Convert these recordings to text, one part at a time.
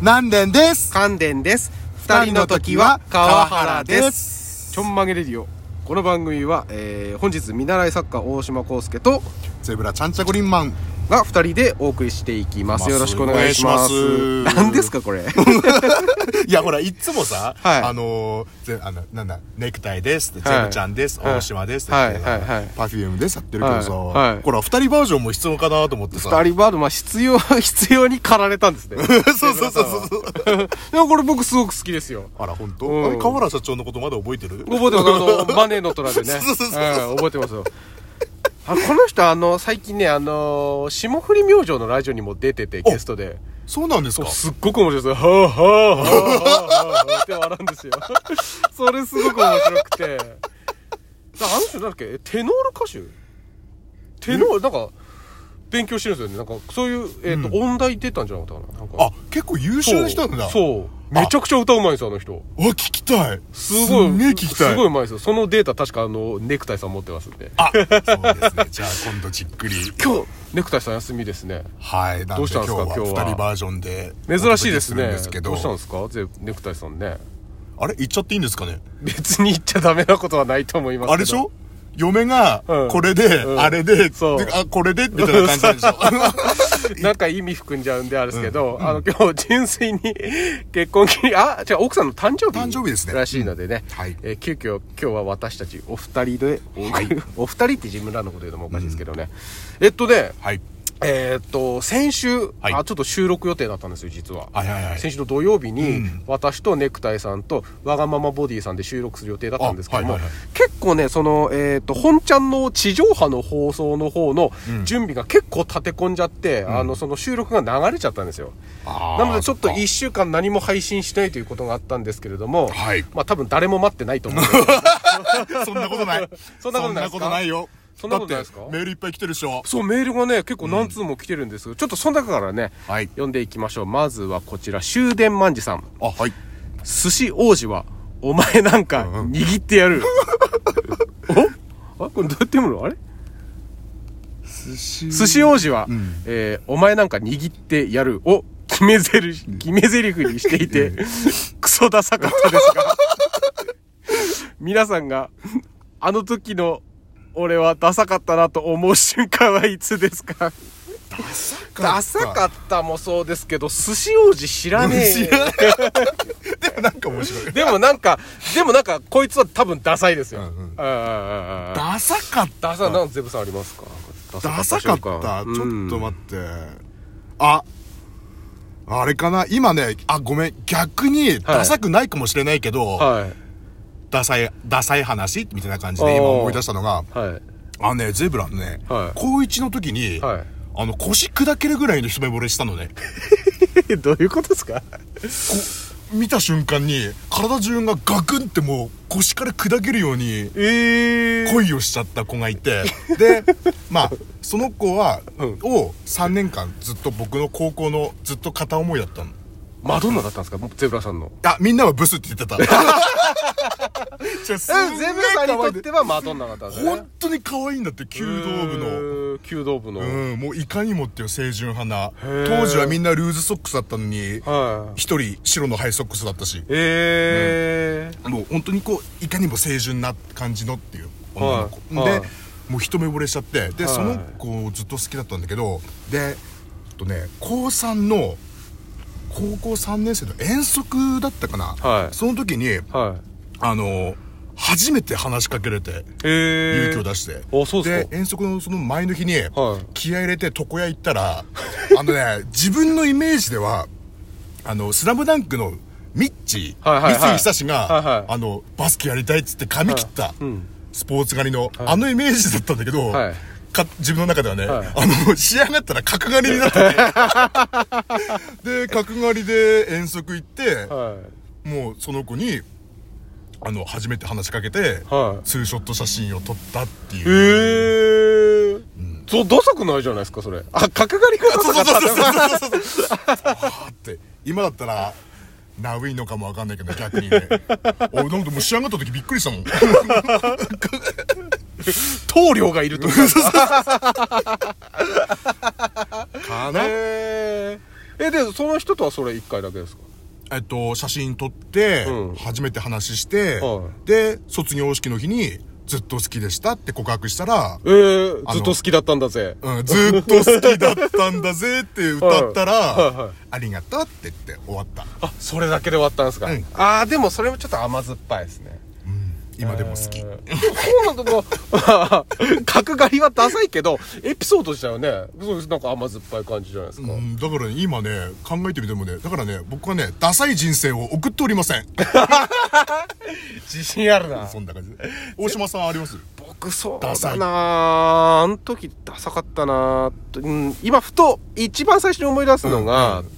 南電です関電です二二人人のの時時はは川川原原でですすちょんまげレディオこの番組は、えー本日見習い作家大島康介とゼブラちゃんちゃこりん まんが二人でお送りしていきます、ますよろしくお願いしますお願いします何ですかこれいやほらいっつもさ、はいあのーぜあのなんだネクタイですって、ゼブちゃんです、はい大島ですって言ってさ、はいはいはいパフュームですやってるけどさ、はいはいほら二人バージョンも必要かなと思ってさ二人バードまあ必要 必要に駆られたんです ねそうそうそうそうそうでもこれ僕すごく好きですよあら本当、うんあれ河原社長のことまだ覚えてる覚えてますあのバネの虎でねそうそうそうそううん覚えてますよあこの人あの最近ねあの霜降り明星のラジオにも出ててゲストでそうなんですかすっごく面白いですよ。はぁはぁはぁはぁはぁって笑うんですよ。 それすごく面白くて。だあの人なんだっけテノール歌手テノール、なんか、勉強してるんですよね。なんか、そういう、えっ、と、音大出たんじゃなかったかな。なんかあ結構優秀な人なんだそうそう。めちゃくちゃ歌うまいんですよ、あの人。あ聞きたいすごい。すんげえ聞きたいすごいうまいですよ。そのデータ確かあの、ネクタイさん持ってますんで。 あそうですねじゃあ今度じっくり今日、ネクタイさん休みですね。はいなんでどうしたん今で日すかは今日は2人バージョンで珍しいですお届けね。るんですけどどうしたんですかぜネクタイさんね。あれ言っちゃっていいんですかね別に言っちゃダメなことはないと思いますけど。あれでしょ嫁がうんこれで、うんあれでそうであこれでみたいな感じなんでしょ なんか意味含んじゃうんであれですけど、あの、今日純粋に結婚記念、あ、じゃあ奥さんの誕生日。誕生日ですねらしいのでね。うんはいえー急遽、今日は私たちお二人で、お二人って自分らのこと言うのもおかしいですけどね。えっとね、はいえーっと、先週、はいあ、ちょっと収録予定だったんですよ、実は。はいはいはい先週の土曜日に、うん私とネクタイさんと、わがままボディさんで収録する予定だったんですけども、あはいはいはい結構ね、その、えーっと、本ちゃんの地上波の放送の方の準備が結構立て込んじゃって、あの、その収録が流れちゃったんですよ。あーなので、ちょっとそか1週間何も配信しないということがあったんですけれども、はいまあ多分誰も待ってないと思うんですけどそんなことない。 そんなことないですかそんないよ。そんなことないですかだってメールいっぱい来てるでしょ。そう、メールがね、結構何通も来てるんですけど、ちょっとその中からね、はい読んでいきましょう。まずはこちら、終電万事さん。あ、はい。寿司王子は、お前なんか握ってや る。おあこれどうやって読むのあれ寿司寿司王子は、えーお前なんか握ってやるを決めゼリ、決め台詞にしていて、クソダサかったですが、皆さんが、あの時の俺はダサかったなと思う瞬間はいつですかダサかったもそうですけど、寿司王子知ら ね知え。らない。 でもなんか面白い。でもなんか、でもなんか、こいつは多分ダサいですよ。うんうんああああああダサかった。ダサ、なんゼブさんありますかダサかった。ちょっとっ待って。あ、あれかな今ね、あ、ごめん。逆に、ダサくないかもしれないけど、はい。ダサい、ダサい話みたいな感じであー今思い出したのが、はい。あのね、ゼブラのね、はい高一の時に、はいあの、腰砕けるぐらいの一目惚れしたの ね。え どういうことですか見た瞬間に体中がガクンってもう腰から砕けるようにええ恋をしちゃった子がい てでまあその子は、うんを3年間ずっと僕の高校のずっと片思いだったのマドンナだったんですかもうゼブラさんの。あみんなはブスって言 ってたじゃあすんげえゼブラさんに可愛といってはマドンナだったんですね本。当に可愛いんだって弓道部のの。弓道部の。うんもういかにもっていう清純派なへえ当時はみんなルーズソックスだったのにはい。一人白のハイソックスだったしええもう本当にこういかにも清純な感じのっていう女の子、はいはいでもう一目惚れしちゃってで、はいその子をずっと好きだったんだけどであとね高3の高校3年生の遠足だったかな、はいその時にはい。あの初めて話しかけれてええ勇気を出して、あそうですか遠足のその前の日に、はい気合い入れて床屋行ったら あのね自分のイメージではあの「スラムダンクのミッチ、はいはいはい三井久志が、はいはいあのバスケやりたいっつって髪切った、うんスポーツ狩りの、あのイメージだったんだけど、はいか自分の中ではね、はいあの仕上がったら角刈りになってて で角刈りで遠足行って、はい。もうその子にあの初めて話しかけて、はいツーショット写真を撮ったっていう、ええそう、ダサくないじゃないですか、それ。あ、角刈りがダサかったんですか。あって今だったらナウいのかもわかんないけど逆に ね俺なんかもう仕上がった時びっくりしたもん棟梁がい るとか。かええでその人とはそれ1回だけですかえっと、写真撮って、うん初めて話して、はで、卒業式の日に、ずっと好きでしたって告白したら、えー、あのずっと好きだったんだぜうん、ずっと好きだったんだぜって歌ったら、はいはいはいありがとうって言って終わった。あそれだけで終わったんですか、うんああでもそれもちょっと甘酸っぱいですね今でも好き。えーそうなんだもう角刈りはダサいけどエピソード自体はねそうですなんか甘酸っぱい感じじゃないですか、うん、だからね、今ね、考えてみてもね、だからね、僕はね、ダサい人生を送っておりません。 自信あるなそんな感じ。大島さんあります僕そうダサだいなあの時ダサかったなとうん今ふと一番最初に思い出すのが、うんうん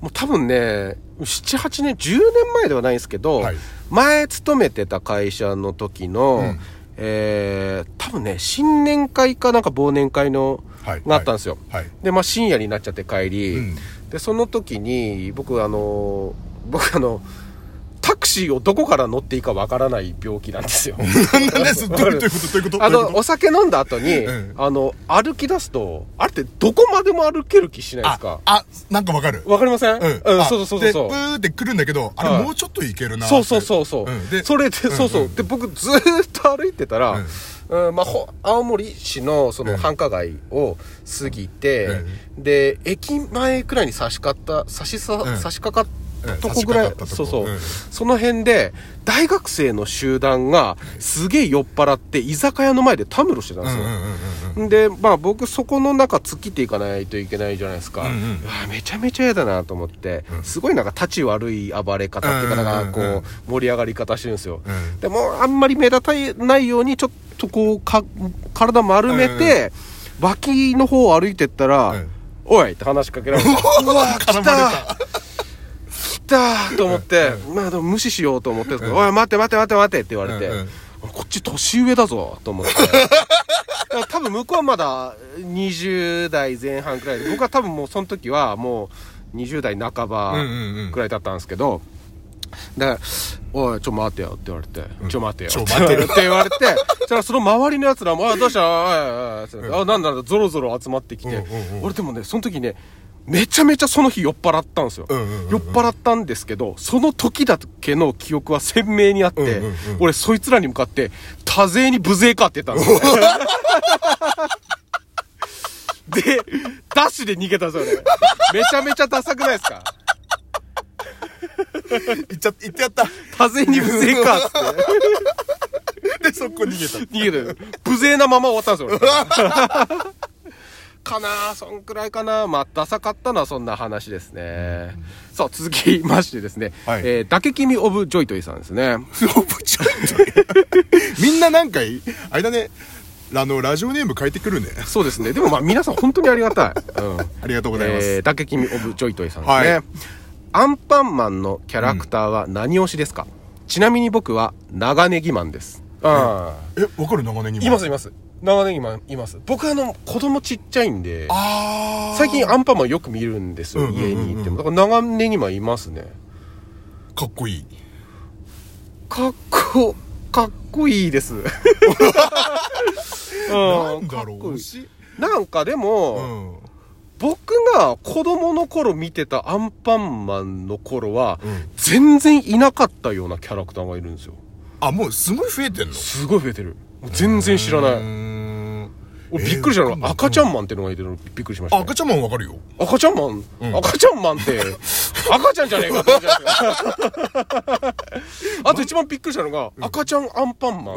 もう多分ね78年10年前ではないんですけど、はい前勤めてた会社の時の、うんえー多分ね新年会かなんか忘年会の、はいがあったんですよ、 はい。で、まあ、深夜になっちゃって帰り、うんでその時に僕あの僕あのタクシーをどこから乗っていいかわからない病気な んですよ何ですどういうことどういうことあどういうのことお酒飲んだ後に、うんあの歩き出すとあれってどこまでも歩ける気しないですあか、あ、なんかわかる。わかりません、うん。うんあそうそうそうそうで、プーって来るんだけど、あはいれもうちょっといけるなって。そうそうそうそう、んで、それで、んそうそううんで僕ずーっと歩いてたら、うんまあ、ほ青森市のそうのん繁華街を過ぎて、で駅前くらいに差し掛かった差しさ、うん差し掛かったうんとこぐらい、差し掛かったそとうこそう、うんその辺で大学生の集団がすげえ酔っ払って居酒屋の前でたむろしてたんうですんよ、うんうんうんうん。でまあ僕そこの中突っ切っていかないといけないじゃないですか、うんうんわあめちゃめちゃ嫌だなと思って、うんすごいなんか立ち悪い暴れ方っていうかなんかこうんうんうんうんう盛り上がり方してるんですよ、うんでもあんまり目立たないようにちょっとこうか体丸めて、脇の方を歩いてったら「うんおい!」って話しかけら れてうわ来絡たまれた来たと思って、まあでも無視しようと思って、おい待って待って待って待てって言われて、うんうんこっち年上だぞと思って多分向こうはまだ20代前半くらいで僕は多分もうその時はもう20代半ばうんうんうんくらいだったんですけど、だから「おいちょ待てよ」って言われて「ちょ待てよ」ちょ待てよって言われてそしたらその周りのやつらも「あどうしたおいおいおい」ってあなんだなんだぞろぞろ集まってきて、うんうんうん俺でもねその時ねめちゃめちゃその日酔っ払ったんですよ、うんうんうんうん酔っ払ったんですけどその時だけの記憶は鮮明にあって、うんうんうん俺そいつらに向かって「多勢に無勢か」って言ったんですよ、でダッシュで逃げたんですよねめちゃめちゃダサくないですか行っちゃ、行ってやった。多勢に無勢かっつってで、そこ逃げ た。逃げる。無勢なまま終わったんですよ、俺かなあそんくらいかなまあ、ダサかったのはそんな話ですね。さあ、続きましてですね。はいえー、だけ君オブジョイトイさんですね。ロブちょ いみんななんかい、あれだね、あの、ラジオネーム変えてくるね。そうですね。でもまあ、皆さん本当にありがたい。うん。ありが とうございます。えー、だけ君オブジョイトイさんですね。はいアンパンマンのキャラクターは何推しですか、ちなみに僕は長ネギマンです。ああ。え、わかる長ネギもいますいます。長ネギマンいます。僕あの、子供ちっちゃいんで。あー最近アンパンマンよく見るんですよ、うんうんうん家うんに行ってもだから長ネギマンいますねかっこいい。かっこかっこいいです うんなんだろかっこう。いいなんかでも、うん。僕が子供の頃見てたアンパンマンの頃は、うん全然いなかったようなキャラクターがいるんですよあ、もうすごい増えてんのすごい増えてるもう全然知らなうーいん俺びっくりしたえのーわかんが、ない赤ちゃんマンっていうのがいてるのびっくりしました、あね、赤ちゃんマンわかるよ。赤ちゃんマン、うん赤ちゃんマ ンって、赤ちゃんじゃねえかって思っちゃうんですよあと一番びっくりしたのが、赤ちゃんアンパ ンマン。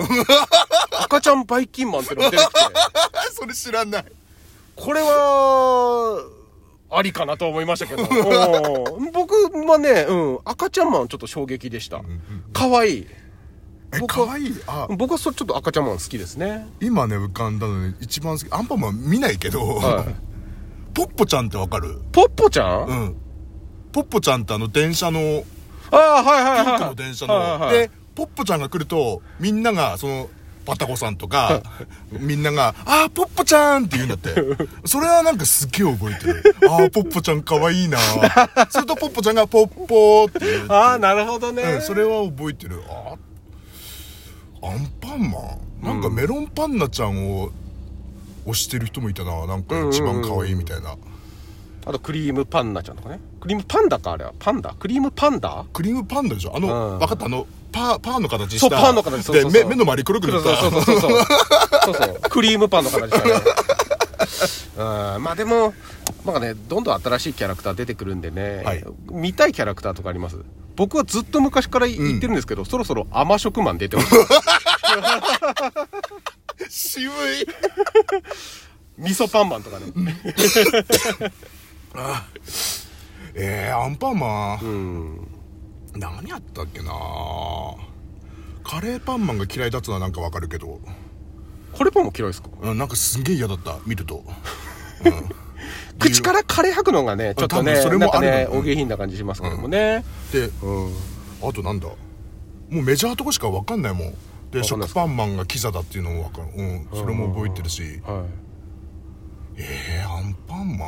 赤ちゃんバイキンマンってのが出てきて、あ、それ知らない。これは、ありかなと思いました けど。うん僕はね、うん、赤ちゃんマンちょっと衝撃でした。可愛いい。え、僕かはわいい。あ、僕はそれちょっと赤ちゃんマン好きですね。今ね、浮かんだのに一番好き。アンパンマン見ないけど、はいポッポちゃんってわかるポッポちゃん、うあん。ポッポちゃんってあの電車の、あ、はいはいピンクはのい。電車はいはいはの。いで、ポッポちゃんが来ると、みんなが、その、パタコさんとか、みんなが、あー、ポッポちゃんって言うんだって。それはなんかすっげえ覚えてる。あー、ポッポちゃんかわいいなそれとポッポちゃんが、ポッポーって言う。ああ、なるほどね。うん、それは覚えてるあアンパンマンなんかメロンパンナちゃんを推してる人もいたななんか一番可愛いみたいな、あとクリームパンナちゃんとかねクリームパンダかあれはパンダクリームパンダクリームパンダでしょあの、うん分かったあの、パー、パーの形した。そうパンの形そうそうそうで、目、目の周り黒くなった。そうそうそうそうそうそうそうクリームパンの形だね うんまあでもなんかねどんどん新しいキャラクター出てくるんでね、はい見たいキャラクターとかあります僕はずっと昔から言ってるんですけど、そろそろ甘食マン出て ほしい 渋い。味噌パンマンとかね、えー、アンパンマン。何やったっけなカレーパンマンが嫌いだっつうのはなんかわかるけど、これパンも嫌いですかうん、なんかすげえ嫌だった、見ると。口からカレー吐くのがねちょっとね多分それなんもあかるねうんお下品な感じしますけどもね、で、うんあとなんだもうメジャーとこしかわかんないもん。で、わかんな食いっすパンマンがキザだっていうのもわかる。うん、それも覚えてるし。はいえー、アンパンマン。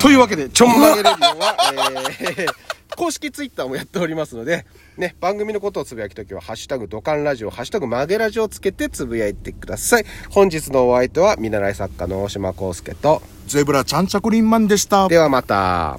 というわけで、ちょんまげレディオは、えー 公式ツイッターもやっておりますので、ね、番組のことをつぶやくときは、ハッシュタグ、ドカンラジオ、ハッシュタグ、曲げラジオをつけてつぶやいてください。本日のお相手は、見習い作家の大島康介と、ゼブラちゃんちゃこりんまんでした。ではまた。